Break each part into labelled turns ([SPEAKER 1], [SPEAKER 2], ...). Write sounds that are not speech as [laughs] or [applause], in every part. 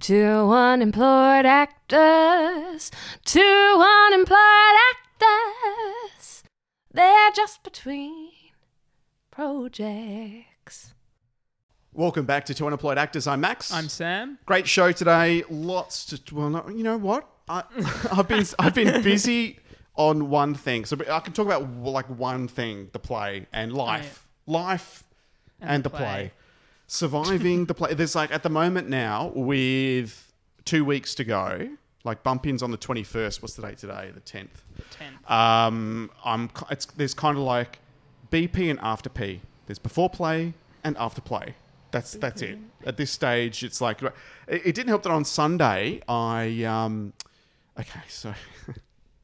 [SPEAKER 1] Two unemployed actors, two unemployed actors. They're just between projects.
[SPEAKER 2] Welcome back to Two Unemployed Actors. I'm Max.
[SPEAKER 3] I'm Sam.
[SPEAKER 2] Great show today. Lots to well, no, you know what? I, [laughs] I've been I've been busy on one thing, so I can talk about like one thing: the play and life, life, and, the play. Surviving the play. There's like at the moment now with two weeks to go. Like bump ins on the 21st. What's the date today? The 10th.
[SPEAKER 3] Ten.
[SPEAKER 2] Um, I'm. ki- It's there's kind of like BP and after P. There's before play and after play. That's that's it. At this stage, it's like it, it didn't help that on Sunday I. Um, okay, so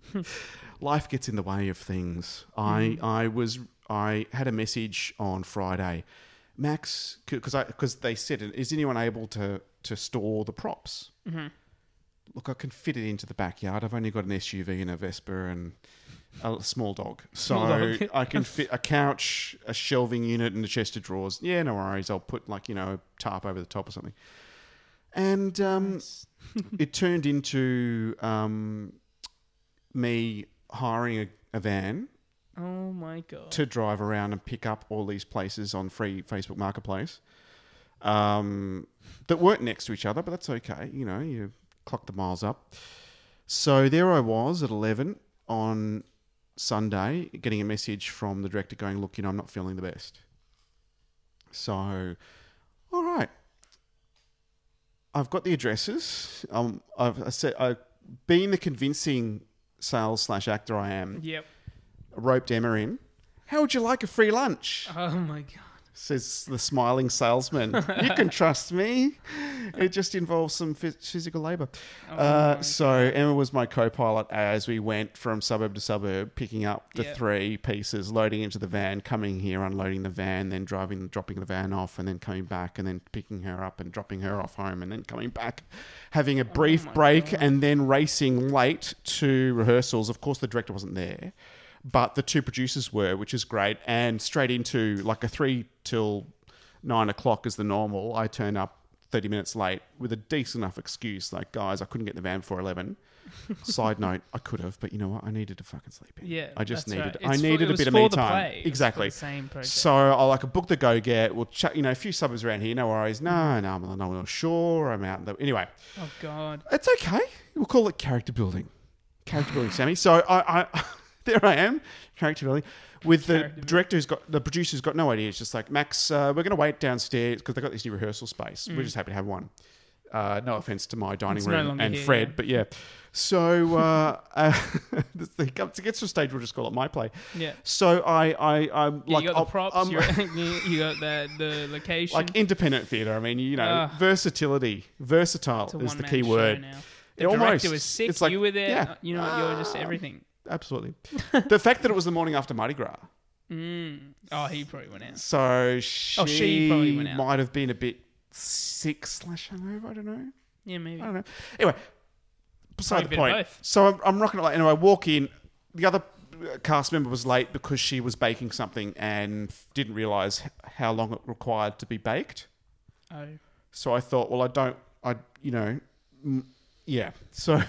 [SPEAKER 2] [laughs] life gets in the way of things. I I was I had a message on Friday, Max, because I because they said, is anyone able to to store the props? look, I can fit it into the backyard. I've only got an SUV and a Vespa and a small dog, so
[SPEAKER 3] dog.
[SPEAKER 2] I can fit a couch, a shelving unit, and a chest of drawers. Yeah, no worries. I'll put like you know a tarp over the top or something. And um, [laughs] it turned into um, me hiring a, a van
[SPEAKER 3] Oh my god.
[SPEAKER 2] to drive around and pick up all these places on free Facebook Marketplace um, that weren't next to each other, but that's okay. You know, you clock the miles up. So there I was at 11 on Sunday getting a message from the director going, Look, you know, I'm not feeling the best. So, all right. I've got the addresses. Um, I've, I said, I've been the convincing sales slash actor I am
[SPEAKER 3] Yep.
[SPEAKER 2] roped Emma in. How would you like a free lunch?
[SPEAKER 3] Oh my god.
[SPEAKER 2] Says the smiling salesman. you can trust me. It just involves some phys- physical labor. uh, so Emma was my co-pilot as we went from suburb to suburb, picking up the
[SPEAKER 3] Yeah.
[SPEAKER 2] three pieces, loading into the van, coming here, unloading the van, then driving, dropping the van off, and then coming back, and then picking her up and dropping her off home, and then coming back, having a brief break, and then racing late to rehearsals. Of course, the director wasn't there but the two producers were, which is great. And straight into like a three till nine o'clock is the normal. I turn up thirty minutes late with a decent enough excuse, like guys, I couldn't get in the van before
[SPEAKER 3] [laughs]
[SPEAKER 2] eleven. Side note, I could have, but you know what? I needed to fucking sleep in.
[SPEAKER 3] Yeah.
[SPEAKER 2] I just
[SPEAKER 3] that's
[SPEAKER 2] needed,
[SPEAKER 3] right.
[SPEAKER 2] I
[SPEAKER 3] It's for-
[SPEAKER 2] needed
[SPEAKER 3] it
[SPEAKER 2] a
[SPEAKER 3] was
[SPEAKER 2] bit of
[SPEAKER 3] for
[SPEAKER 2] me
[SPEAKER 3] the
[SPEAKER 2] time.
[SPEAKER 3] play. It was for
[SPEAKER 2] Exactly.
[SPEAKER 3] the same project.
[SPEAKER 2] So I like a book the go get. We'll chat. You know, a few suburbs around here. No worries. No, no, I'm not, I'm not sure. I'm out. In the, anyway,
[SPEAKER 3] oh god.
[SPEAKER 2] it's okay. We'll call it character building. Character building, Sammy. So I, I [laughs] there I am, character building, with
[SPEAKER 3] Character
[SPEAKER 2] the director who's got the producer's got no idea. It's just like Max, uh, we're going to wait downstairs because they've got this new rehearsal space. We're just happy to have one. Uh, no offense to my dining
[SPEAKER 3] Mm. It's no
[SPEAKER 2] room
[SPEAKER 3] longer
[SPEAKER 2] and
[SPEAKER 3] here,
[SPEAKER 2] Fred,
[SPEAKER 3] yeah.
[SPEAKER 2] but yeah. So uh, [laughs] uh, this thing comes- it gets to a stage we'll just call it my play.
[SPEAKER 3] Yeah.
[SPEAKER 2] So I, I, I'm
[SPEAKER 3] Yeah,
[SPEAKER 2] like,
[SPEAKER 3] you got
[SPEAKER 2] I'll-
[SPEAKER 3] the props.
[SPEAKER 2] I'm- [laughs]
[SPEAKER 3] you're, [laughs] you you got the the location.
[SPEAKER 2] like independent theatre. I mean, you know,
[SPEAKER 3] Ah.
[SPEAKER 2] versatility, versatile
[SPEAKER 3] It's a
[SPEAKER 2] is the
[SPEAKER 3] one-man
[SPEAKER 2] key
[SPEAKER 3] show
[SPEAKER 2] word.
[SPEAKER 3] now.
[SPEAKER 2] It
[SPEAKER 3] The director
[SPEAKER 2] almost-
[SPEAKER 3] was sick.
[SPEAKER 2] it's like-
[SPEAKER 3] you were there.
[SPEAKER 2] yeah.
[SPEAKER 3] You know, you were just
[SPEAKER 2] Ah.
[SPEAKER 3] everything. [laughs]
[SPEAKER 2] Absolutely. the fact that it was the morning after Mardi Gras,
[SPEAKER 3] Mm. Oh, he probably went out.
[SPEAKER 2] so she,
[SPEAKER 3] Oh, she probably went out.
[SPEAKER 2] might have been a bit sick slash hungover. I don't know.
[SPEAKER 3] Yeah, maybe.
[SPEAKER 2] I don't know. Anyway, beside
[SPEAKER 3] Probably
[SPEAKER 2] the
[SPEAKER 3] a bit of
[SPEAKER 2] point.
[SPEAKER 3] both.
[SPEAKER 2] So I'm, I'm rocking it. Like, and I walk in. The other uh, cast member was late because she was baking something and didn't realise h- how long it required to be baked.
[SPEAKER 3] Oh,
[SPEAKER 2] So I thought, well, I don't, I, you know, mm, yeah. So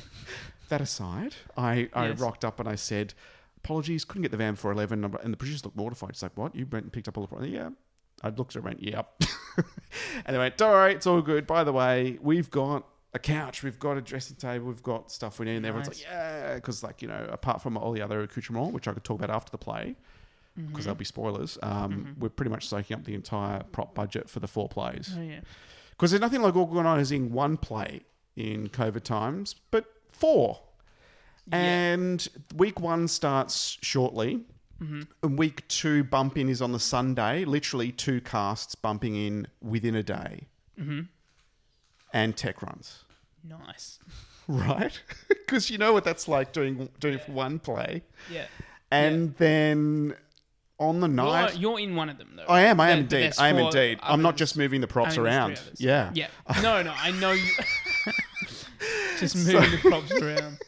[SPEAKER 2] [laughs] that aside, I, I
[SPEAKER 3] Yes.
[SPEAKER 2] rocked up and I said, apologies, couldn't get the van for 11. number." And the producer looked mortified. It's like, what? You went and picked up all the pro-" Yeah. I looked at it and went, yep. [laughs] and they went, don't worry, it's all good. By the way, we've got a couch, we've got a dressing table, we've got stuff we need. And everyone's
[SPEAKER 3] Nice.
[SPEAKER 2] like, yeah. Because, like, you know, apart from all the other accoutrements, which I could talk about after the play,
[SPEAKER 3] Mm-hmm.
[SPEAKER 2] because there'll be spoilers, um, we're pretty much soaking up the entire prop budget for the four plays.
[SPEAKER 3] oh yeah.
[SPEAKER 2] Because there's nothing like organising one play in COVID times, but four.
[SPEAKER 3] Yeah.
[SPEAKER 2] And week one starts shortly.
[SPEAKER 3] Mm-hmm.
[SPEAKER 2] And week two bump in is on the Sunday. Literally two casts bumping in within a day.
[SPEAKER 3] Mm-hmm.
[SPEAKER 2] And tech runs,
[SPEAKER 3] Nice.
[SPEAKER 2] right? [laughs] Because you know what that's like doing doing for one play.
[SPEAKER 3] Yeah.
[SPEAKER 2] And then on the
[SPEAKER 3] Well,
[SPEAKER 2] night,
[SPEAKER 3] you're in one of them though.
[SPEAKER 2] I am, I am
[SPEAKER 3] But- but
[SPEAKER 2] indeed,
[SPEAKER 3] there's
[SPEAKER 2] I am
[SPEAKER 3] four
[SPEAKER 2] indeed. I'm not
[SPEAKER 3] others.
[SPEAKER 2] just moving the
[SPEAKER 3] I
[SPEAKER 2] props
[SPEAKER 3] think there's
[SPEAKER 2] around.
[SPEAKER 3] three others.
[SPEAKER 2] Yeah, [laughs]
[SPEAKER 3] Yeah. No, no. I know you. just moving the props around.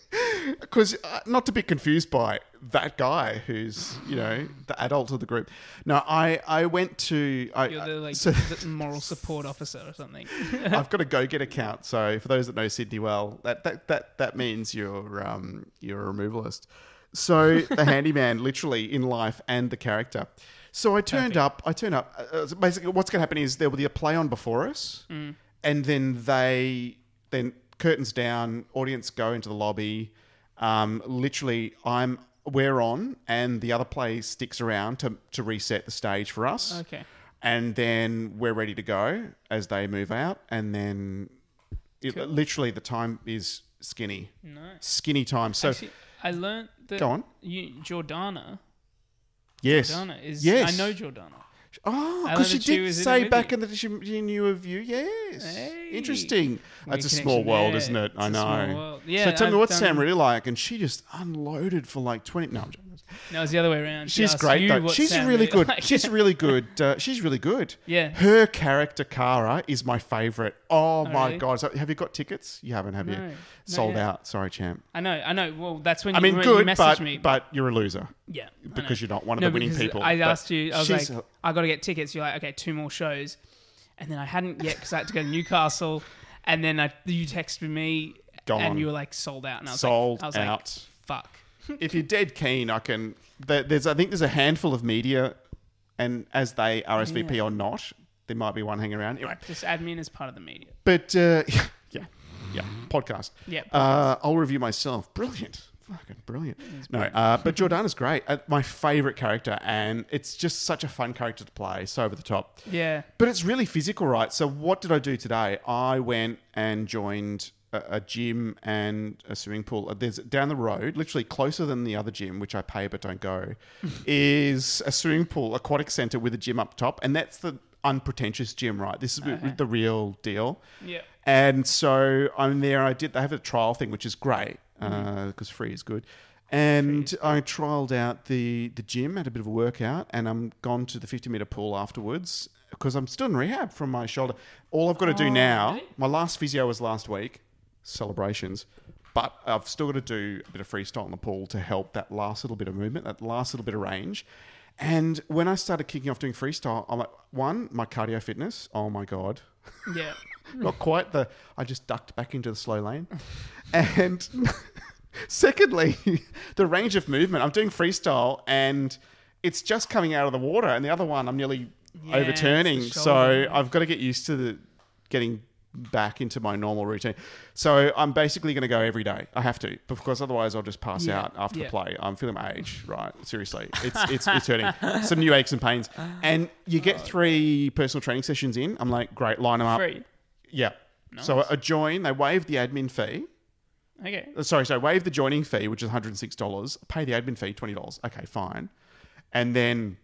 [SPEAKER 2] because uh, not to be confused by that guy who's you know the adult of the group. No, I I went to I, uh,
[SPEAKER 3] You're the like
[SPEAKER 2] so-
[SPEAKER 3] the moral support officer or
[SPEAKER 2] [laughs]
[SPEAKER 3] something. [laughs]
[SPEAKER 2] I've got a go get account. So for those that know Sydney well, that that that, that means you're um, you're a removalist. So the handyman, literally in life and the character. So I turned up. I turned up. uh, Uh, so basically, what's going to happen is there will be a play on before us, and then they then curtains down, audience go into the lobby. Um, literally, I'm we're on, and the other play sticks around to to reset the stage for us
[SPEAKER 3] Okay.
[SPEAKER 2] and then we're ready to go as they move out and then it, literally the time is skinny
[SPEAKER 3] Nice.
[SPEAKER 2] skinny time so
[SPEAKER 3] Actually, I learned that
[SPEAKER 2] Go on.
[SPEAKER 3] You, Jordana,
[SPEAKER 2] yes
[SPEAKER 3] Jordana is.
[SPEAKER 2] yes
[SPEAKER 3] I know Jordana.
[SPEAKER 2] oh
[SPEAKER 3] I
[SPEAKER 2] because
[SPEAKER 3] learned
[SPEAKER 2] she
[SPEAKER 3] that she
[SPEAKER 2] did
[SPEAKER 3] was in
[SPEAKER 2] say
[SPEAKER 3] it with
[SPEAKER 2] back
[SPEAKER 3] you.
[SPEAKER 2] in the she, she knew of you yes
[SPEAKER 3] Hey.
[SPEAKER 2] interesting
[SPEAKER 3] Weird
[SPEAKER 2] that's a small
[SPEAKER 3] connection
[SPEAKER 2] world
[SPEAKER 3] there.
[SPEAKER 2] isn't it
[SPEAKER 3] It's
[SPEAKER 2] I
[SPEAKER 3] a
[SPEAKER 2] know
[SPEAKER 3] small world. Yeah,
[SPEAKER 2] so tell me
[SPEAKER 3] I've
[SPEAKER 2] what's Sam
[SPEAKER 3] done-
[SPEAKER 2] really like and she just unloaded for like 20 no I'm joking.
[SPEAKER 3] No, it's the other way around. She
[SPEAKER 2] She's
[SPEAKER 3] asked
[SPEAKER 2] great
[SPEAKER 3] you
[SPEAKER 2] though.
[SPEAKER 3] what
[SPEAKER 2] She's
[SPEAKER 3] Sam
[SPEAKER 2] really
[SPEAKER 3] [laughs]
[SPEAKER 2] good.
[SPEAKER 3] liked.
[SPEAKER 2] She's really good. Uh, she's really good.
[SPEAKER 3] Yeah.
[SPEAKER 2] Her character Kara is my favorite. Oh, my
[SPEAKER 3] really?
[SPEAKER 2] god! So, have you got tickets? You haven't, have you?
[SPEAKER 3] No, not
[SPEAKER 2] Sold
[SPEAKER 3] yet.
[SPEAKER 2] out. Sorry, champ.
[SPEAKER 3] I know. I know. Well, that's when
[SPEAKER 2] I
[SPEAKER 3] you,
[SPEAKER 2] mean,
[SPEAKER 3] when you
[SPEAKER 2] good,
[SPEAKER 3] messaged
[SPEAKER 2] but
[SPEAKER 3] me.
[SPEAKER 2] but you're a loser
[SPEAKER 3] yeah, I know.
[SPEAKER 2] because you're not one of
[SPEAKER 3] No,
[SPEAKER 2] the winning
[SPEAKER 3] because
[SPEAKER 2] people.
[SPEAKER 3] I
[SPEAKER 2] But
[SPEAKER 3] asked you. I was
[SPEAKER 2] she's
[SPEAKER 3] like,
[SPEAKER 2] a-
[SPEAKER 3] I I got to get tickets. You're like, okay, two more shows, and then I hadn't yet because I had to go to Newcastle, and then I, you texted me,
[SPEAKER 2] Gone.
[SPEAKER 3] and you were like sold out, and I was
[SPEAKER 2] Sold
[SPEAKER 3] like, I was [laughs]
[SPEAKER 2] out.
[SPEAKER 3] like, fuck.
[SPEAKER 2] if you're dead keen, I can. there- There's, I think, there's a handful of media, and as they RSVP or not, there might be one hanging around. Anyway,
[SPEAKER 3] Just admin is part of the media.
[SPEAKER 2] But uh, [laughs] yeah, yeah, podcast.
[SPEAKER 3] Yeah,
[SPEAKER 2] uh, I'll review myself. Brilliant, fucking brilliant. No, uh, [laughs] but Jordana's great. Uh, my favorite character, and it's just such a fun character to play. So over the top,
[SPEAKER 3] Yeah.
[SPEAKER 2] but it's really physical, right? So what did I do today? I went and joined a, a gym and a swimming pool. Uh, There's down the road, literally closer than the other gym, which I pay but don't [laughs] go, is a swimming pool, aquatic center with a gym up top, and that's the unpretentious gym, right? This is w- the real deal.
[SPEAKER 3] Yeah.
[SPEAKER 2] And so I'm there. I did. They have a trial thing, which is great because free is good. And I trialed out the the gym, had a bit of a workout, and I'm gone to the 50 meter pool afterwards because I'm still in rehab from my shoulder. All I've got to do now, my last physio was last week, celebrations, but I've still got to do a bit of freestyle in the pool to help that last little bit of movement, that last little bit of range. And when I started kicking off doing freestyle, I'm like, one, my cardio fitness. Oh my god,
[SPEAKER 3] Yeah.
[SPEAKER 2] not quite the I just ducked back into the slow lane. And [laughs] secondly, [laughs] the range of movement. I'm doing freestyle and it's just coming out of the water and the other one I'm nearly
[SPEAKER 3] Yeah,
[SPEAKER 2] overturning.
[SPEAKER 3] it's the
[SPEAKER 2] So
[SPEAKER 3] shoulder.
[SPEAKER 2] I've got to get used to the getting back into my normal routine. So I'm basically going to go every day. I have to because otherwise I'll just pass
[SPEAKER 3] Yeah,
[SPEAKER 2] out after
[SPEAKER 3] yeah.
[SPEAKER 2] the play. I'm feeling my age, right? Seriously.
[SPEAKER 3] [laughs]
[SPEAKER 2] It's it's it's hurting. Some new aches and pains. And you
[SPEAKER 3] Oh,
[SPEAKER 2] get 3 personal training sessions in. I'm like, great, line them up.
[SPEAKER 3] Free.
[SPEAKER 2] Yeah. So a join, they waive the admin fee.
[SPEAKER 3] Okay.
[SPEAKER 2] Uh, Sorry, sorry, waive the joining fee, which is $106. Pay the admin fee, $20. Okay, fine. And then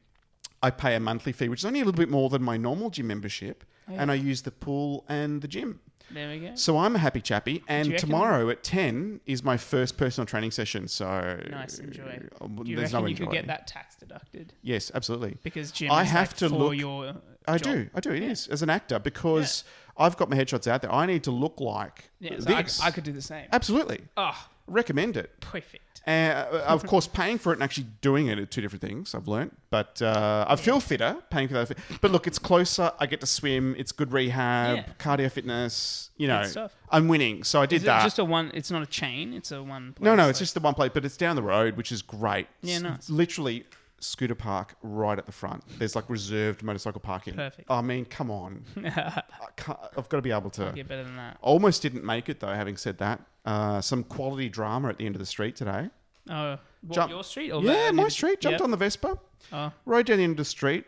[SPEAKER 2] I pay a monthly fee, which is only a little bit more than my normal gym membership.
[SPEAKER 3] Oh,
[SPEAKER 2] And I use the pool and the gym.
[SPEAKER 3] There we go.
[SPEAKER 2] So I'm a happy chappy. And
[SPEAKER 3] reckon-
[SPEAKER 2] tomorrow at 10 is my first personal training session. So
[SPEAKER 3] Nice. Enjoy.
[SPEAKER 2] Uh,
[SPEAKER 3] Do you
[SPEAKER 2] there's
[SPEAKER 3] reckon
[SPEAKER 2] no
[SPEAKER 3] you could
[SPEAKER 2] enjoy.
[SPEAKER 3] get that tax deducted
[SPEAKER 2] Yes, absolutely.
[SPEAKER 3] because Jim?
[SPEAKER 2] I
[SPEAKER 3] is,
[SPEAKER 2] have
[SPEAKER 3] like,
[SPEAKER 2] to
[SPEAKER 3] for
[SPEAKER 2] look-
[SPEAKER 3] Your
[SPEAKER 2] I
[SPEAKER 3] job.
[SPEAKER 2] do. I do. It is as an actor because I've got my headshots out there. I need to look like
[SPEAKER 3] Yeah. So I,
[SPEAKER 2] this.
[SPEAKER 3] I could do the same.
[SPEAKER 2] Absolutely.
[SPEAKER 3] Oh,
[SPEAKER 2] Recommend it.
[SPEAKER 3] perfect.
[SPEAKER 2] Uh,
[SPEAKER 3] [laughs]
[SPEAKER 2] of course, paying for it and actually doing it are two different things. I've learnt, but uh, I feel fitter paying for that. But look, it's closer. I get to swim. It's good rehab,
[SPEAKER 3] Yeah.
[SPEAKER 2] cardio fitness. You know,
[SPEAKER 3] Good stuff.
[SPEAKER 2] I'm winning, so I did
[SPEAKER 3] Is it
[SPEAKER 2] that.
[SPEAKER 3] just a one? It's not a chain. It's a one.
[SPEAKER 2] no,
[SPEAKER 3] place,
[SPEAKER 2] no, it's
[SPEAKER 3] like-
[SPEAKER 2] just the one place, but it's down the road, which is great.
[SPEAKER 3] Yeah,
[SPEAKER 2] It's
[SPEAKER 3] nice.
[SPEAKER 2] Literally, scooter park right at the front. There's like reserved motorcycle parking.
[SPEAKER 3] Perfect.
[SPEAKER 2] I mean, come
[SPEAKER 3] [laughs]
[SPEAKER 2] on. I can't, I've got to be able to.
[SPEAKER 3] Yeah, better than that.
[SPEAKER 2] Almost didn't make it though. Having said that, uh, some quality drama at the end of the street today.
[SPEAKER 3] Oh, what,
[SPEAKER 2] Jump-
[SPEAKER 3] your street? Or
[SPEAKER 2] Yeah,
[SPEAKER 3] the-
[SPEAKER 2] my street. Jumped
[SPEAKER 3] Yeah.
[SPEAKER 2] on the Vespa,
[SPEAKER 3] Oh.
[SPEAKER 2] rode down the end of the street,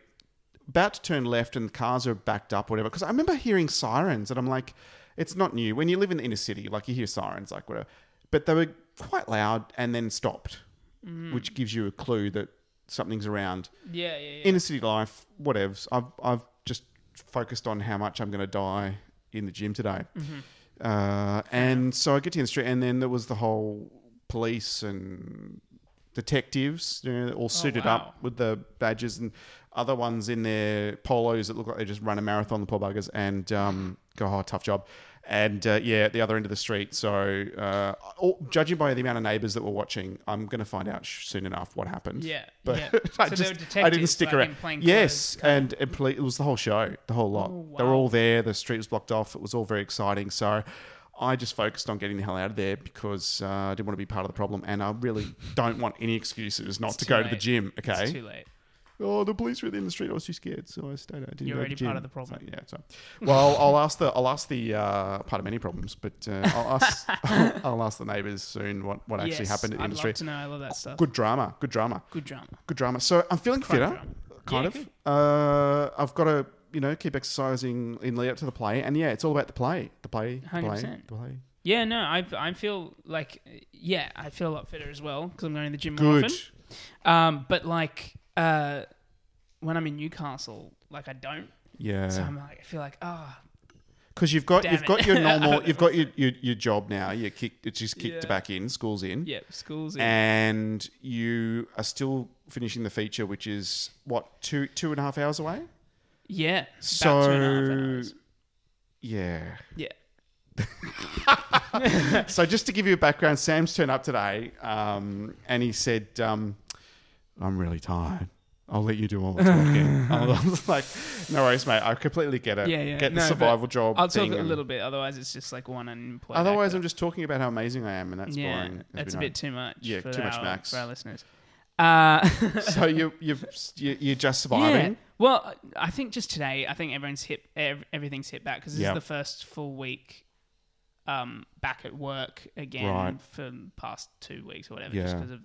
[SPEAKER 2] about to turn left, and cars are backed up, whatever. Because I remember hearing sirens, and I'm like, it's not new. When you live in the inner city, like you hear sirens, like whatever. But they were quite loud and then stopped, which gives you a clue that something's around.
[SPEAKER 3] Yeah, yeah, yeah.
[SPEAKER 2] Inner city life, whatevs. I've, I've just focused on how much I'm going to die in the gym today.
[SPEAKER 3] Mm-hmm.
[SPEAKER 2] Uh, and so I get to the end of the street, and then there was the whole police and detectives, you know, all suited
[SPEAKER 3] Oh, wow.
[SPEAKER 2] up with the badges, and other ones in their polos that look like they just run a marathon, the poor buggers, and um, go, oh, tough job. And uh, yeah, at the other end of the street. So, uh, all, judging by the amount of neighbors that were watching, I'm going to find out sh- soon enough what happened.
[SPEAKER 3] Yeah,
[SPEAKER 2] but [laughs]
[SPEAKER 3] yeah.
[SPEAKER 2] I,
[SPEAKER 3] So they
[SPEAKER 2] just, I
[SPEAKER 3] were
[SPEAKER 2] didn't
[SPEAKER 3] detectives,
[SPEAKER 2] stick
[SPEAKER 3] like, in
[SPEAKER 2] around.
[SPEAKER 3] plain
[SPEAKER 2] yes,
[SPEAKER 3] clothes,
[SPEAKER 2] and it, ple- it was the whole show, the whole lot.
[SPEAKER 3] Oh,
[SPEAKER 2] They were
[SPEAKER 3] wow.
[SPEAKER 2] all there. The street was blocked off. It was all very exciting. So. I just focused on getting the hell out of there because uh, I didn't want to be part of the problem, and I really don't want any excuses not to
[SPEAKER 3] too
[SPEAKER 2] go to the
[SPEAKER 3] late.
[SPEAKER 2] gym. Okay,
[SPEAKER 3] It's too late.
[SPEAKER 2] Oh, the police were in the street. I was too scared, so I stayed. I didn't.
[SPEAKER 3] You're
[SPEAKER 2] go to
[SPEAKER 3] already part
[SPEAKER 2] gym.
[SPEAKER 3] of the problem.
[SPEAKER 2] So, yeah. So, well, I'll ask the I'll ask the uh, part of many problems, but uh, I'll
[SPEAKER 3] [laughs]
[SPEAKER 2] ask I'll, ask the neighbours soon what, what actually
[SPEAKER 3] Yes,
[SPEAKER 2] happened at the
[SPEAKER 3] I'd
[SPEAKER 2] end of the street.
[SPEAKER 3] Love to know. I love that stuff. Good,
[SPEAKER 2] Good drama. Good drama.
[SPEAKER 3] drama.
[SPEAKER 2] Good drama. So I'm feeling
[SPEAKER 3] Crime
[SPEAKER 2] fitter,
[SPEAKER 3] drama.
[SPEAKER 2] kind
[SPEAKER 3] Yeah,
[SPEAKER 2] of. Uh, I've got to you know keep exercising in lead up to the play, and yeah, it's all about the play, the play, the play,
[SPEAKER 3] 100%.
[SPEAKER 2] the play.
[SPEAKER 3] Yeah, no, I I feel like yeah, I feel a lot fitter as well because I'm going to the gym more
[SPEAKER 2] Good.
[SPEAKER 3] often. Um, but like uh, when I'm in Newcastle, like I don't. So
[SPEAKER 2] Yeah, Mm-hmm.
[SPEAKER 3] I'm like, I feel like ah,
[SPEAKER 2] because you've got
[SPEAKER 3] Damn
[SPEAKER 2] you've
[SPEAKER 3] it.
[SPEAKER 2] got your normal
[SPEAKER 3] [laughs]
[SPEAKER 2] you've got your, your, your job now. You kicked it's just kicked
[SPEAKER 3] Yeah.
[SPEAKER 2] back in. School's in.
[SPEAKER 3] yeah, school's in.
[SPEAKER 2] and you are still finishing the feature, which is what two two and a half hours away.
[SPEAKER 3] yeah, about
[SPEAKER 2] So
[SPEAKER 3] two and a half hours.
[SPEAKER 2] yeah.
[SPEAKER 3] yeah,
[SPEAKER 2] [laughs] So just to give you a background, Sam's turned up today, um, and he said, um, "I'm really tired." I'll let you do all the
[SPEAKER 3] [laughs]
[SPEAKER 2] talking. I was like, no worries, mate. I completely get it.
[SPEAKER 3] Yeah, yeah.
[SPEAKER 2] Get the
[SPEAKER 3] No, but
[SPEAKER 2] survival job.
[SPEAKER 3] I'll talk
[SPEAKER 2] thing
[SPEAKER 3] a
[SPEAKER 2] and-
[SPEAKER 3] little bit. Otherwise, it's just like one unemployed.
[SPEAKER 2] Otherwise,
[SPEAKER 3] actor.
[SPEAKER 2] I'm just talking about how amazing I am, and that's
[SPEAKER 3] yeah,
[SPEAKER 2] boring. as we
[SPEAKER 3] that's a
[SPEAKER 2] know.
[SPEAKER 3] bit too much.
[SPEAKER 2] Yeah,
[SPEAKER 3] for
[SPEAKER 2] too much
[SPEAKER 3] our-
[SPEAKER 2] max.
[SPEAKER 3] for our listeners. Uh,
[SPEAKER 2] [laughs]
[SPEAKER 3] [laughs]
[SPEAKER 2] So you you you- you're just
[SPEAKER 3] yeah.
[SPEAKER 2] surviving.
[SPEAKER 3] Well, I think just today, I think everyone's hit. ev- Everything's hit back because this
[SPEAKER 2] Yeah.
[SPEAKER 3] is the first full week. Um, back at work again
[SPEAKER 2] Right.
[SPEAKER 3] for the past two weeks or whatever, just
[SPEAKER 2] Yeah.
[SPEAKER 3] because of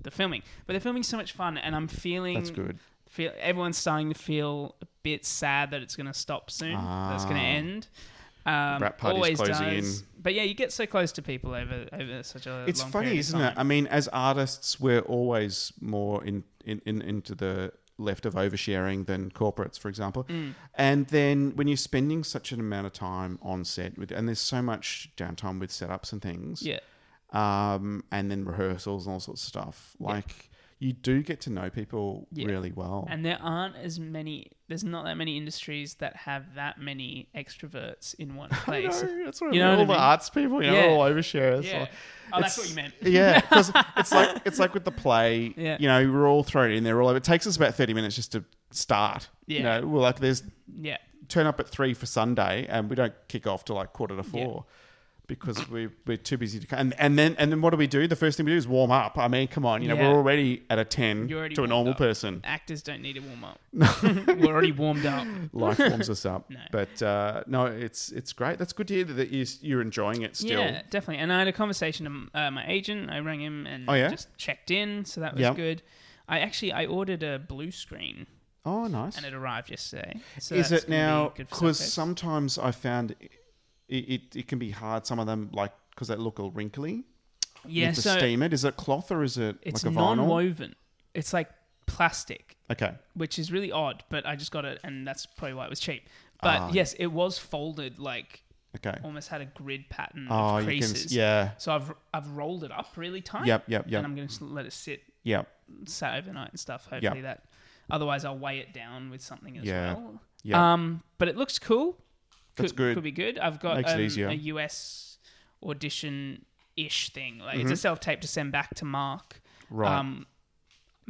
[SPEAKER 3] the filming. But the filming's so much fun, and I'm feeling
[SPEAKER 2] That's good.
[SPEAKER 3] feel everyone's starting to feel a bit sad that it's going to stop soon. That it's going to
[SPEAKER 2] Ah.
[SPEAKER 3] end. Um,
[SPEAKER 2] Rap party's
[SPEAKER 3] always
[SPEAKER 2] closing
[SPEAKER 3] does.
[SPEAKER 2] in.
[SPEAKER 3] But yeah, you get so close to people over over such a.
[SPEAKER 2] it's
[SPEAKER 3] long
[SPEAKER 2] funny
[SPEAKER 3] period of
[SPEAKER 2] isn't it Uh,
[SPEAKER 3] time.
[SPEAKER 2] i mean as artists we're always more in, in, in into the left of oversharing than corporates for example
[SPEAKER 3] Mm.
[SPEAKER 2] and then when you're spending such an amount of time on set with and there's so much downtime with setups and things
[SPEAKER 3] Yeah,
[SPEAKER 2] um, and then rehearsals and all sorts of stuff like you do get to know people
[SPEAKER 3] Yeah.
[SPEAKER 2] really well
[SPEAKER 3] and there aren't as many. There's not that many industries that have that many extroverts in
[SPEAKER 2] [laughs]
[SPEAKER 3] one
[SPEAKER 2] I
[SPEAKER 3] place.
[SPEAKER 2] know, that's what
[SPEAKER 3] You
[SPEAKER 2] I mean.
[SPEAKER 3] know what
[SPEAKER 2] all
[SPEAKER 3] I
[SPEAKER 2] the
[SPEAKER 3] mean?
[SPEAKER 2] arts people you
[SPEAKER 3] Yeah.
[SPEAKER 2] know all overshares
[SPEAKER 3] Yeah.
[SPEAKER 2] like-
[SPEAKER 3] Oh,
[SPEAKER 2] It's-
[SPEAKER 3] that's what you meant.
[SPEAKER 2] [laughs] Yeah, because it's
[SPEAKER 3] [laughs]
[SPEAKER 2] like it's like with the play.
[SPEAKER 3] Yeah.
[SPEAKER 2] You know, we're all thrown in there. All over. It takes us about thirty minutes just to start.
[SPEAKER 3] Yeah.
[SPEAKER 2] You know, we're like there's
[SPEAKER 3] Yeah.
[SPEAKER 2] turn up at three for Sunday, and we don't kick off till like quarter to four. Because we we're too busy to and and then and then what do we do? The first thing we do is warm up. I mean, come on, you know
[SPEAKER 3] Yeah.
[SPEAKER 2] we're already at a ten
[SPEAKER 3] You're already
[SPEAKER 2] to a
[SPEAKER 3] warmed
[SPEAKER 2] normal
[SPEAKER 3] up. [laughs]
[SPEAKER 2] person.
[SPEAKER 3] Actors don't need to
[SPEAKER 2] [laughs]
[SPEAKER 3] warm up. [laughs] We're already warmed up.
[SPEAKER 2] Life warms us up,
[SPEAKER 3] No.
[SPEAKER 2] but uh, no, it's it's great. That's good to hear that you you're enjoying it still.
[SPEAKER 3] Yeah, definitely. And I had a conversation with uh, my agent. I rang him and
[SPEAKER 2] Oh, yeah?
[SPEAKER 3] just checked in, so that was
[SPEAKER 2] Yeah.
[SPEAKER 3] good. I actually I ordered a blue screen
[SPEAKER 2] Oh, nice.
[SPEAKER 3] and it arrived yesterday. So
[SPEAKER 2] is
[SPEAKER 3] that's
[SPEAKER 2] it
[SPEAKER 3] gonna be
[SPEAKER 2] now
[SPEAKER 3] good for
[SPEAKER 2] because
[SPEAKER 3] subjects.
[SPEAKER 2] sometimes i found it, it, it can be hard some of them like because they look all wrinkly you
[SPEAKER 3] yeah,
[SPEAKER 2] have to
[SPEAKER 3] so
[SPEAKER 2] steam it is it cloth or is it
[SPEAKER 3] it's
[SPEAKER 2] like a vinyl
[SPEAKER 3] non-woven. It's like plastic,
[SPEAKER 2] okay
[SPEAKER 3] which is really odd. But I just got it, and that's probably why it was cheap. But
[SPEAKER 2] Ah.
[SPEAKER 3] yes, it was folded like
[SPEAKER 2] okay
[SPEAKER 3] almost had a grid pattern
[SPEAKER 2] oh
[SPEAKER 3] of
[SPEAKER 2] you can
[SPEAKER 3] creases.
[SPEAKER 2] s- yeah
[SPEAKER 3] So I've I've rolled it up really tight.
[SPEAKER 2] yep yep
[SPEAKER 3] And
[SPEAKER 2] yep
[SPEAKER 3] I'm going to let it sit
[SPEAKER 2] yep
[SPEAKER 3] sat overnight and stuff.
[SPEAKER 2] Yeah.
[SPEAKER 3] Hopefully that. Otherwise, I'll weigh it down with something as
[SPEAKER 2] Yeah.
[SPEAKER 3] well.
[SPEAKER 2] Yeah.
[SPEAKER 3] Um, but it looks cool. Could,
[SPEAKER 2] That's good.
[SPEAKER 3] Could be good. I've got
[SPEAKER 2] Makes it
[SPEAKER 3] um,
[SPEAKER 2] easier.
[SPEAKER 3] a US audition ish thing. Like
[SPEAKER 2] Mm-hmm.
[SPEAKER 3] it's a self tape to send back to Mark.
[SPEAKER 2] Right.
[SPEAKER 3] Um,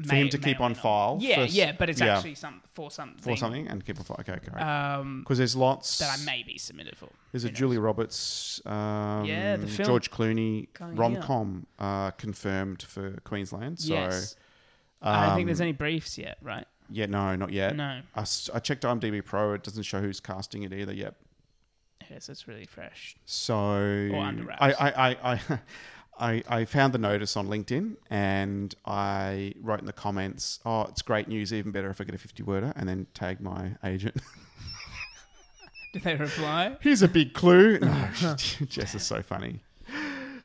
[SPEAKER 2] for him to keep on file
[SPEAKER 3] Yeah,
[SPEAKER 2] for s-
[SPEAKER 3] yeah, but it's
[SPEAKER 2] yeah,
[SPEAKER 3] actually some for something.
[SPEAKER 2] for something and keep on file okay great
[SPEAKER 3] Um,
[SPEAKER 2] because there's lots
[SPEAKER 3] that I may be submitted for.
[SPEAKER 2] there's a
[SPEAKER 3] Who knows?
[SPEAKER 2] Julia Roberts, um,
[SPEAKER 3] Yeah, the film.
[SPEAKER 2] George Clooney
[SPEAKER 3] Going
[SPEAKER 2] rom com uh, confirmed for Queensland. So,
[SPEAKER 3] yes. I don't think there's
[SPEAKER 2] um, uh,
[SPEAKER 3] any briefs yet, right?
[SPEAKER 2] yeah, no, not yet.
[SPEAKER 3] No.
[SPEAKER 2] I, s- I checked IMDb Pro. It doesn't show who's casting it either yet.
[SPEAKER 3] Yes, it's really fresh. [laughs]
[SPEAKER 2] So
[SPEAKER 3] under wraps.
[SPEAKER 2] I, I, I, I, [laughs] I, I found the notice on LinkedIn and I wrote in the comments, "Oh, it's great news. Even better if I get a fifty-worder," and then tag my agent. [laughs]
[SPEAKER 3] Did they reply?
[SPEAKER 2] Here's a big clue. [laughs] No, Jess is so funny.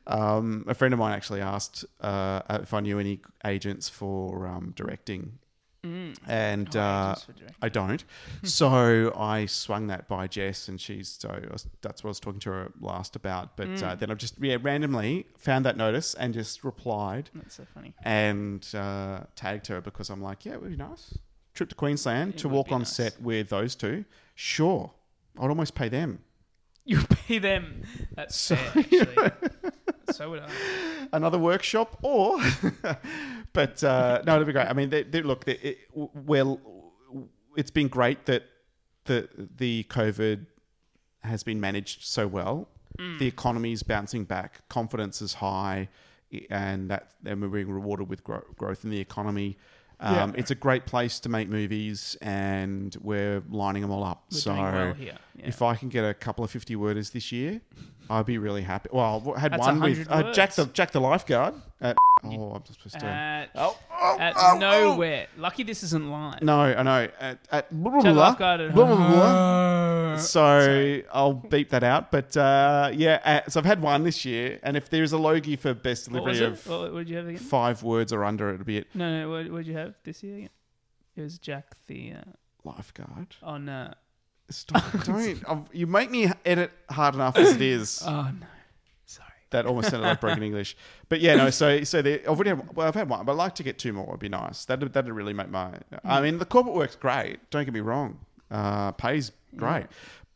[SPEAKER 2] Um, a friend of mine actually asked uh, if I knew any agents for um, directing, and
[SPEAKER 3] Oh,
[SPEAKER 2] uh,
[SPEAKER 3] agents for direct-
[SPEAKER 2] I
[SPEAKER 3] [laughs]
[SPEAKER 2] don't. so I swung that by Jess, and she's so I was- that's what I was talking to her last about. But
[SPEAKER 3] Mm.
[SPEAKER 2] uh, then I've just yeah randomly found that notice and just replied
[SPEAKER 3] That's so funny.
[SPEAKER 2] and uh, tagged her because I'm like, yeah, it would be nice trip to Queensland
[SPEAKER 3] It
[SPEAKER 2] to
[SPEAKER 3] would
[SPEAKER 2] walk
[SPEAKER 3] be
[SPEAKER 2] on
[SPEAKER 3] nice.
[SPEAKER 2] set with those two. Sure, I'd almost pay them.
[SPEAKER 3] You [laughs] pay them. That's fair, actually.
[SPEAKER 2] [laughs]
[SPEAKER 3] so would I.
[SPEAKER 2] another workshop or [laughs] but uh, no it'll be great i mean they, they, look they, it, well it's been great that the the covid has been managed so well
[SPEAKER 3] Mm.
[SPEAKER 2] the economy is bouncing back confidence is high i- and that and we're being rewarded with gro- growth in the economy um,
[SPEAKER 3] Yeah.
[SPEAKER 2] It's a great place to make movies, and we're lining them all up.
[SPEAKER 3] We're
[SPEAKER 2] so,
[SPEAKER 3] doing well here. Yeah.
[SPEAKER 2] if I can get a couple of 50 worders this year, I'd be really happy. Well, I had
[SPEAKER 3] That's
[SPEAKER 2] one with
[SPEAKER 3] 100
[SPEAKER 2] uh, Jack the
[SPEAKER 3] words.
[SPEAKER 2] Jack the lifeguard.
[SPEAKER 3] [laughs]
[SPEAKER 2] At, oh, I'm supposed to.
[SPEAKER 3] At,
[SPEAKER 2] oh, oh,
[SPEAKER 3] at
[SPEAKER 2] oh, oh.
[SPEAKER 3] nowhere. Lucky this isn't live.
[SPEAKER 2] No, I know. At, at blah, blah,
[SPEAKER 3] Jack
[SPEAKER 2] blah,
[SPEAKER 3] Lifeguard at
[SPEAKER 2] blah, blah, blah.
[SPEAKER 3] home.
[SPEAKER 2] So I'll beep that out. But uh, yeah, uh, so I've had one this year, and if there is a logie for best
[SPEAKER 3] What was
[SPEAKER 2] delivery
[SPEAKER 3] it?
[SPEAKER 2] of
[SPEAKER 3] What, what did you have again?
[SPEAKER 2] five words or under, it'll be it.
[SPEAKER 3] No, no. What, what did you have this year again? It was Jack the uh,
[SPEAKER 2] Lifeguard.
[SPEAKER 3] [laughs] on. Uh,
[SPEAKER 2] Stop! don't I've- you make me edit hard enough as it is.
[SPEAKER 3] [laughs] oh no, sorry.
[SPEAKER 2] That almost sounded like broken English. But yeah, no. So so they, I've already had, well, I've had one, but I'd like to get two more. It'd be nice. That'd that'd really make my.
[SPEAKER 3] Mm.
[SPEAKER 2] I mean, the corporate work's great. Don't get me wrong. Uh, pays great,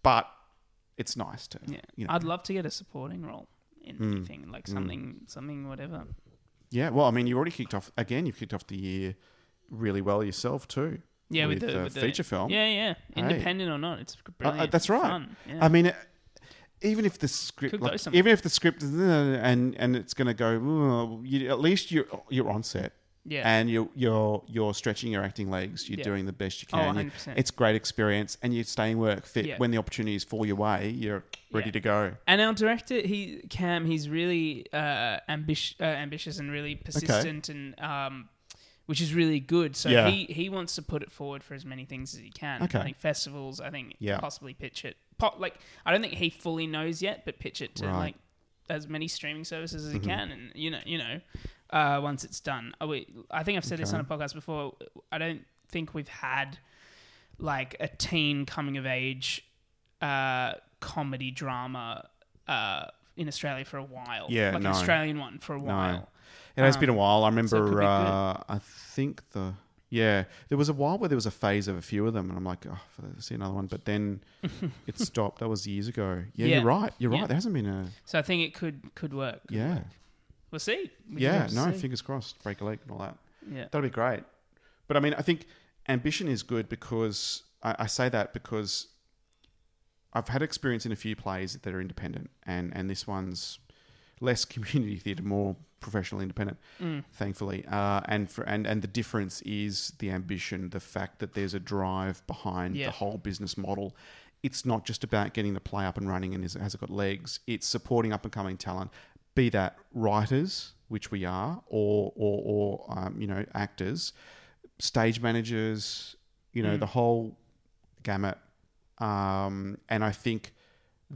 [SPEAKER 2] but it's nice to.
[SPEAKER 3] Yeah,
[SPEAKER 2] You know. Hmm.
[SPEAKER 3] I'd love to get a supporting role in anything, like something, something, whatever.
[SPEAKER 2] Yeah. Well, I mean, you already kicked off again. You've kicked off the year really well yourself too.
[SPEAKER 3] Yeah, with, the,
[SPEAKER 2] uh,
[SPEAKER 3] with the-
[SPEAKER 2] feature film.
[SPEAKER 3] Yeah, yeah.
[SPEAKER 2] Hey.
[SPEAKER 3] Independent or not, it's
[SPEAKER 2] Uh,
[SPEAKER 3] brilliant.
[SPEAKER 2] uh, that's
[SPEAKER 3] It's
[SPEAKER 2] right.
[SPEAKER 3] fun, yeah.
[SPEAKER 2] I mean, uh, even if the script,
[SPEAKER 3] Could go
[SPEAKER 2] like,
[SPEAKER 3] somewhere.
[SPEAKER 2] even if the script, is, uh, and and it's going to go, "Ooh," you, at least you're you're on set.
[SPEAKER 3] Yeah.
[SPEAKER 2] And you're you're you're stretching your acting legs. You're
[SPEAKER 3] Yeah.
[SPEAKER 2] doing the best you
[SPEAKER 3] Oh,
[SPEAKER 2] can. You-
[SPEAKER 3] 100%.
[SPEAKER 2] It's great experience, and you're staying work fit.
[SPEAKER 3] Yeah.
[SPEAKER 2] When the opportunities fall your way, you're ready
[SPEAKER 3] Yeah.
[SPEAKER 2] to go.
[SPEAKER 3] and our director, he Cam, he's really uh, ambish, uh, ambitious and really persistent, and um, which is really good. So
[SPEAKER 2] Yeah.
[SPEAKER 3] he he wants to put it forward for as many things as he can.
[SPEAKER 2] Okay.
[SPEAKER 3] I think festivals. I think
[SPEAKER 2] Yeah.
[SPEAKER 3] possibly pitch it. Po- like I don't think he fully knows yet, but pitch it to
[SPEAKER 2] Right. Mm-hmm.
[SPEAKER 3] like as many streaming services as he can, and you know, you know, uh, once it's done. I, we, I think I've said this on a podcast before. I don't think we've had like a teen coming of age uh, comedy drama uh, in Australia for a while.
[SPEAKER 2] Yeah,
[SPEAKER 3] like
[SPEAKER 2] no.
[SPEAKER 3] an Australian one for a while.
[SPEAKER 2] It has been a while. I
[SPEAKER 3] Um, it could
[SPEAKER 2] remember.
[SPEAKER 3] be
[SPEAKER 2] uh, I think the yeah, there was a while where there was a phase of a few of them, and I'm like, oh, I see another one. But
[SPEAKER 3] [laughs]
[SPEAKER 2] then it stopped. That was years ago. Yeah,
[SPEAKER 3] Yeah.
[SPEAKER 2] you're right. You're
[SPEAKER 3] Yeah.
[SPEAKER 2] right. There hasn't been a
[SPEAKER 3] So I think it could could work.
[SPEAKER 2] yeah,
[SPEAKER 3] We'll see. We just
[SPEAKER 2] yeah.
[SPEAKER 3] have to
[SPEAKER 2] No,
[SPEAKER 3] see.
[SPEAKER 2] fingers crossed. Break a leg and all that.
[SPEAKER 3] yeah.
[SPEAKER 2] That'll be great. But I mean, I think ambition is good because I, I say that because I've had experience in a few plays that are independent, and and this one's less community [laughs] theatre, more professional independent, thankfully. Uh, and for and and the difference is the ambition, the fact that there's a drive behind
[SPEAKER 3] Yeah.
[SPEAKER 2] the whole business model. It's not just about getting the play up and running and is, has it got legs. It's supporting up and coming talent, be that writers, which we are, or or, or um, you know actors, stage managers, you know the whole gamut. Um, and I think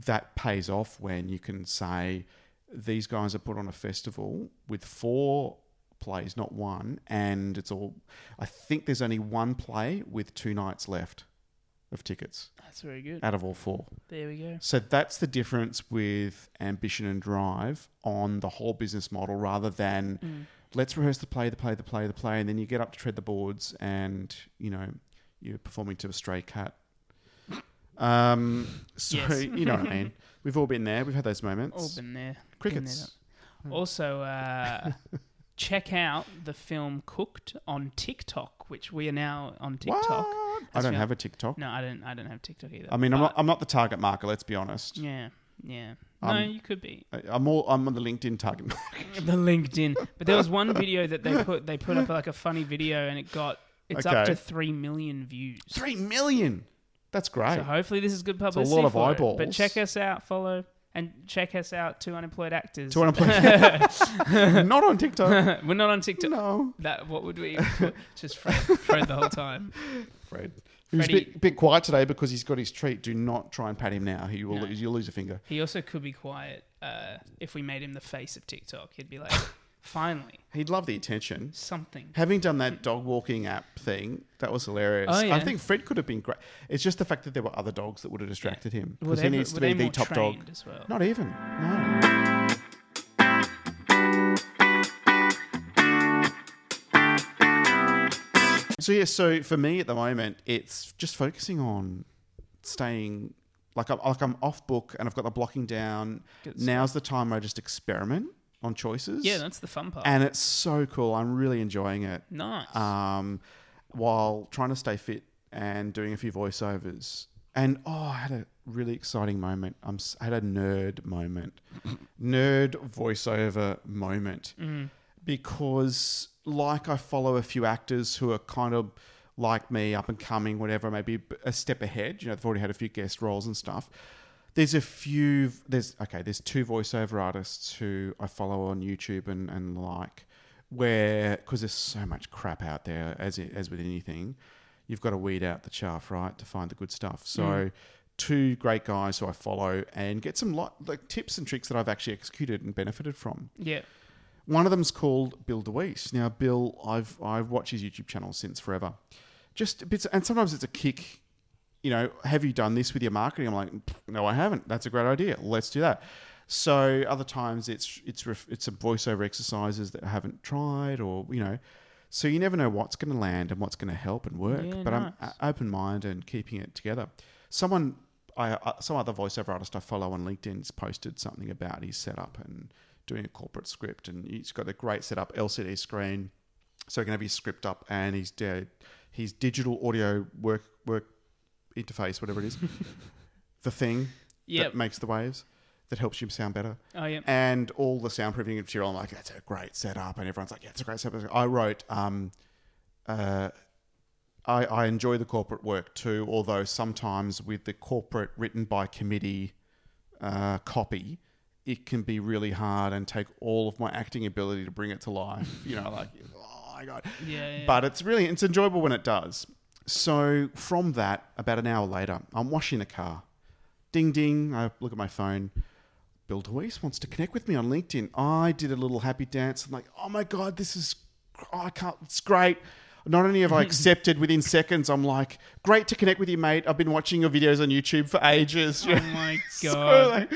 [SPEAKER 2] that pays off when you can say these guys are put on a festival with four plays, not one, and it's all. I think there's only one play with two nights left of tickets
[SPEAKER 3] That's very good.
[SPEAKER 2] out of all four.
[SPEAKER 3] There we go.
[SPEAKER 2] So that's the difference with ambition and drive on the whole business model rather than
[SPEAKER 3] Mm.
[SPEAKER 2] let's rehearse the play, the play, the play, the play, and then you get up to tread the boards and, you know, you're performing to a stray cat. Um, so, [laughs]
[SPEAKER 3] Yes.
[SPEAKER 2] you know what I
[SPEAKER 3] [laughs]
[SPEAKER 2] mean? We've all been there. We've had those moments.
[SPEAKER 3] All been there.
[SPEAKER 2] Crickets. Hmm.
[SPEAKER 3] Been there.
[SPEAKER 2] [laughs]
[SPEAKER 3] Also, uh, check out the film Cooked on TikTok, which we are now on
[SPEAKER 2] What?
[SPEAKER 3] TikTok.
[SPEAKER 2] I
[SPEAKER 3] That's
[SPEAKER 2] don't
[SPEAKER 3] right.
[SPEAKER 2] have a TikTok.
[SPEAKER 3] No, I don't. I don't have TikTok either.
[SPEAKER 2] I mean, I'm
[SPEAKER 3] but-
[SPEAKER 2] not, I'm not the target market, let's be honest.
[SPEAKER 3] Yeah, yeah. no,
[SPEAKER 2] Um,
[SPEAKER 3] you could be.
[SPEAKER 2] I, I'm, all, I'm on the LinkedIn target market. [laughs]
[SPEAKER 3] the LinkedIn. But there was one video that they put they put up like a funny video and it got it's up
[SPEAKER 2] Okay.
[SPEAKER 3] to three million views.
[SPEAKER 2] Three million. That's great.
[SPEAKER 3] So hopefully this is good
[SPEAKER 2] a lot
[SPEAKER 3] publicity.
[SPEAKER 2] of
[SPEAKER 3] for it. But
[SPEAKER 2] eyeballs.
[SPEAKER 3] check us out, follow and check us out. Two unemployed actors. [laughs]
[SPEAKER 2] Do you want to play? [laughs] not on TikTok.
[SPEAKER 3] We're not on
[SPEAKER 2] [laughs]
[SPEAKER 3] TikTok.
[SPEAKER 2] No.
[SPEAKER 3] That what
[SPEAKER 2] [laughs]
[SPEAKER 3] would we put? just Fred, Fred the whole time?
[SPEAKER 2] Fred. He was a
[SPEAKER 3] Freddie-
[SPEAKER 2] bit, bit quiet today because he's got his treat. Do not try and pat him now. He will
[SPEAKER 3] No.
[SPEAKER 2] lose, you'll lose a finger.
[SPEAKER 3] He also could be quiet uh, if we made him the face of TikTok. He'd be like, finally
[SPEAKER 2] He'd love the attention.
[SPEAKER 3] something.
[SPEAKER 2] Having done that dog walking app thing, that was hilarious.
[SPEAKER 3] Oh, yeah.
[SPEAKER 2] I think Fred could have been great. It's just the fact that there were other dogs that would have distracted him
[SPEAKER 3] Were
[SPEAKER 2] because
[SPEAKER 3] they-
[SPEAKER 2] he needs
[SPEAKER 3] were
[SPEAKER 2] to be
[SPEAKER 3] they
[SPEAKER 2] the
[SPEAKER 3] more
[SPEAKER 2] top dog.
[SPEAKER 3] trained As well.
[SPEAKER 2] Not even. No. So yeah, so for me at the moment, it's just focusing on staying Like I'm like I'm off book and I've got the blocking down.
[SPEAKER 3] Good stuff.
[SPEAKER 2] Now's the time where I just experiment on choices.
[SPEAKER 3] Yeah, that's the fun part.
[SPEAKER 2] and it's so cool. I'm really enjoying it.
[SPEAKER 3] nice.
[SPEAKER 2] Um, while trying to stay fit and doing a few voiceovers. And oh, I had a really exciting moment. I'm s- I had a nerd moment, nerd voiceover moment, because like I follow a few actors who are kind of like me, up and coming, whatever, maybe b- a step ahead. You know, they've already had a few guest roles and stuff. There's a few. There's okay. There's two voiceover artists who I follow on YouTube and and like where because there's so much crap out there as i- as with anything you've got to weed out the chaff right to find the good stuff so two great guys who i follow and get some lot, like tips and tricks that i've actually executed and benefited from
[SPEAKER 3] yeah.
[SPEAKER 2] one of them's called Bill DeWeese. Now, Bill, I've I've watched his YouTube channel since forever. Just bits, and sometimes it's a kick. You know, have you done this with your marketing? I'm like, no, I haven't. That's a great idea. Let's do that. So other times it's it's ref- it's a voiceover exercises that I haven't tried, or you know, so you never know what's going to land and what's going to help and work.
[SPEAKER 3] Yeah,
[SPEAKER 2] but I'm
[SPEAKER 3] nice.
[SPEAKER 2] uh, open minded and keeping it together. Someone, I, uh, some other voiceover artist I follow on LinkedIn's posted something about his setup and doing a corporate script, and he's got a great setup, LCD screen, so he can have his script up and his uh, his digital audio work work interface, whatever it is, the thing
[SPEAKER 3] Yep.
[SPEAKER 2] that makes the waves that helps you sound better
[SPEAKER 3] Oh yeah.
[SPEAKER 2] and all the soundproofing material. I'm like, that's a great setup, and everyone's like, yeah, it's a great setup. I wrote, um, uh, I, I enjoy the corporate work too, although sometimes with the corporate written by committee uh, copy, it can be really hard and take all of my acting ability to bring it to life. You know,
[SPEAKER 3] [laughs]
[SPEAKER 2] like, oh my god,
[SPEAKER 3] Yeah. yeah.
[SPEAKER 2] but it's really it's enjoyable when it does. So from that, about an hour later, I'm washing the car. Ding ding! I look at my phone. Bill DeWeese wants to connect with me on LinkedIn. I did a little happy dance. I'm like, oh my god, this is oh, I can't. It's great. Not only have
[SPEAKER 3] [laughs]
[SPEAKER 2] I accepted within seconds, I'm like, great to connect with you, mate. I've been watching your videos on YouTube for ages.
[SPEAKER 3] oh
[SPEAKER 2] [laughs]
[SPEAKER 3] my
[SPEAKER 2] So,
[SPEAKER 3] god.
[SPEAKER 2] like,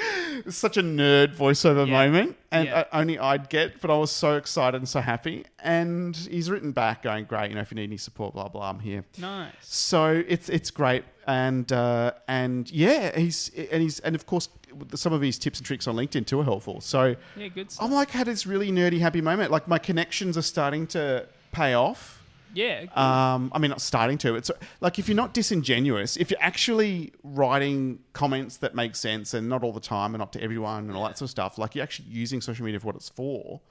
[SPEAKER 2] it's such a nerd voiceover
[SPEAKER 3] Yeah.
[SPEAKER 2] moment, and
[SPEAKER 3] Yeah.
[SPEAKER 2] uh, only I'd get. But I was so excited and so happy. And he's written back, going, "Great, you know, if you need any support, blah blah, I'm here."
[SPEAKER 3] nice.
[SPEAKER 2] So it's it's great, and uh, and yeah, he's and he's and of course some of his tips and tricks on LinkedIn too are helpful. So
[SPEAKER 3] Yeah. Good stuff.
[SPEAKER 2] I'm like had this really nerdy happy moment. Like my connections are starting to pay off.
[SPEAKER 3] yeah. Good.
[SPEAKER 2] Um, I mean, not starting to. It's like if you're not disingenuous, if you're actually writing comments that make sense and not all the time and not to everyone and all that sort of stuff, like you're actually using social media for what it's for.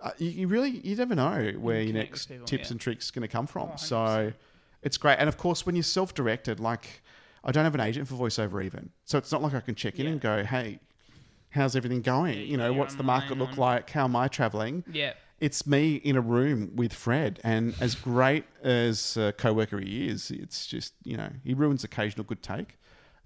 [SPEAKER 2] Uh, you, you really, you never know where your
[SPEAKER 3] connect with
[SPEAKER 2] next
[SPEAKER 3] people,
[SPEAKER 2] tips
[SPEAKER 3] yeah.
[SPEAKER 2] and tricks going to come from.
[SPEAKER 3] Oh,
[SPEAKER 2] so it's great. And of course, when you're self-directed, like I don't have an agent for voiceover even, so it's not like I can check in
[SPEAKER 3] Yeah.
[SPEAKER 2] and go, "Hey, how's everything going?
[SPEAKER 3] Yeah,
[SPEAKER 2] you know,
[SPEAKER 3] you're
[SPEAKER 2] what's the market
[SPEAKER 3] online
[SPEAKER 2] look
[SPEAKER 3] on-
[SPEAKER 2] like? How am I traveling?"
[SPEAKER 3] yeah.
[SPEAKER 2] it's me in a room with Fred, and as great as a co-worker he is, it's just you know he ruins occasional good take,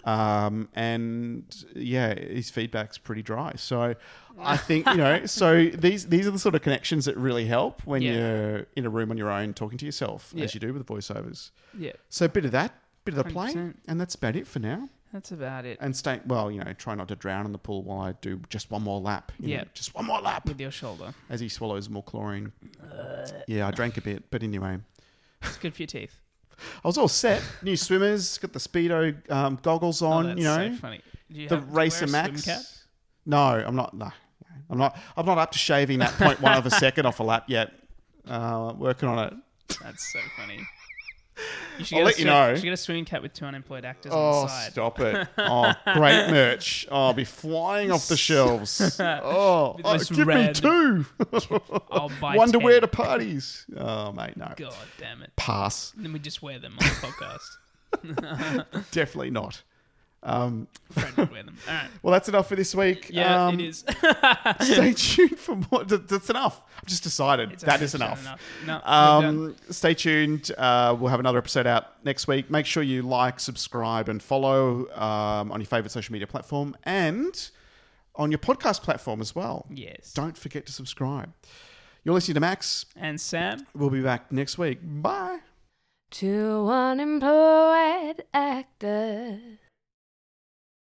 [SPEAKER 2] um, and yeah, his feedback's pretty dry. So I think you know,
[SPEAKER 3] [laughs]
[SPEAKER 2] so these these are the sort of connections that really help when
[SPEAKER 3] Yeah.
[SPEAKER 2] you're in a room on your own talking to yourself,
[SPEAKER 3] Yeah.
[SPEAKER 2] as you do with voiceovers.
[SPEAKER 3] Yeah.
[SPEAKER 2] So a bit of that, bit of the play,
[SPEAKER 3] 100%.
[SPEAKER 2] and that's about it for now.
[SPEAKER 3] That's about it.
[SPEAKER 2] And stay well, you know, try not to drown in the pool while I do just one more lap. you know,
[SPEAKER 3] Yeah.
[SPEAKER 2] just one more lap
[SPEAKER 3] With your shoulder.
[SPEAKER 2] as he swallows more chlorine. Yeah, I drank a bit, but anyway,
[SPEAKER 3] It's good for your teeth.
[SPEAKER 2] I was all set. New swimmers, got the speedo um, goggles
[SPEAKER 3] Oh,
[SPEAKER 2] on.
[SPEAKER 3] that's
[SPEAKER 2] you know,
[SPEAKER 3] so funny. Do you
[SPEAKER 2] the
[SPEAKER 3] have to
[SPEAKER 2] racer
[SPEAKER 3] wear a swim
[SPEAKER 2] max.
[SPEAKER 3] cap?
[SPEAKER 2] No, I'm not. No, I'm not. I'm not up to shaving that point one of a second off a lap yet. Uh, working on it.
[SPEAKER 3] That's so funny. You
[SPEAKER 2] I'll
[SPEAKER 3] should get a
[SPEAKER 2] let you
[SPEAKER 3] swim-
[SPEAKER 2] know.
[SPEAKER 3] You should get a swimming cap with two unemployed actors on
[SPEAKER 2] Oh,
[SPEAKER 3] the side.
[SPEAKER 2] stop it! Oh, great merch. Oh, I'll be flying off the
[SPEAKER 3] [laughs]
[SPEAKER 2] shelves. Oh,
[SPEAKER 3] With
[SPEAKER 2] oh
[SPEAKER 3] this
[SPEAKER 2] give me
[SPEAKER 3] red
[SPEAKER 2] two.
[SPEAKER 3] I'll buy
[SPEAKER 2] Wonder
[SPEAKER 3] 10.
[SPEAKER 2] where to parties. Oh, mate, no.
[SPEAKER 3] God damn it.
[SPEAKER 2] Pass.
[SPEAKER 3] And then we just wear them on the
[SPEAKER 2] [laughs]
[SPEAKER 3] podcast.
[SPEAKER 2] Definitely not. Um,
[SPEAKER 3] Fred would wear them. All right.
[SPEAKER 2] well, that's enough for this week.
[SPEAKER 3] Yeah,
[SPEAKER 2] Um,
[SPEAKER 3] it is. [laughs]
[SPEAKER 2] [laughs] stay tuned for more. Th- That's enough. I've just decided
[SPEAKER 3] It's
[SPEAKER 2] that is
[SPEAKER 3] 100%
[SPEAKER 2] enough.
[SPEAKER 3] No, we're done.
[SPEAKER 2] Um, stay tuned. Uh, we'll have another episode out next week. Make sure you like, subscribe, and follow um, on your favorite social media platform and on your podcast platform as well.
[SPEAKER 3] yes.
[SPEAKER 2] Don't forget to subscribe. You're listening to Max.
[SPEAKER 3] And Sam.
[SPEAKER 2] We'll be back next week. Bye.
[SPEAKER 1] Two unemployed actors.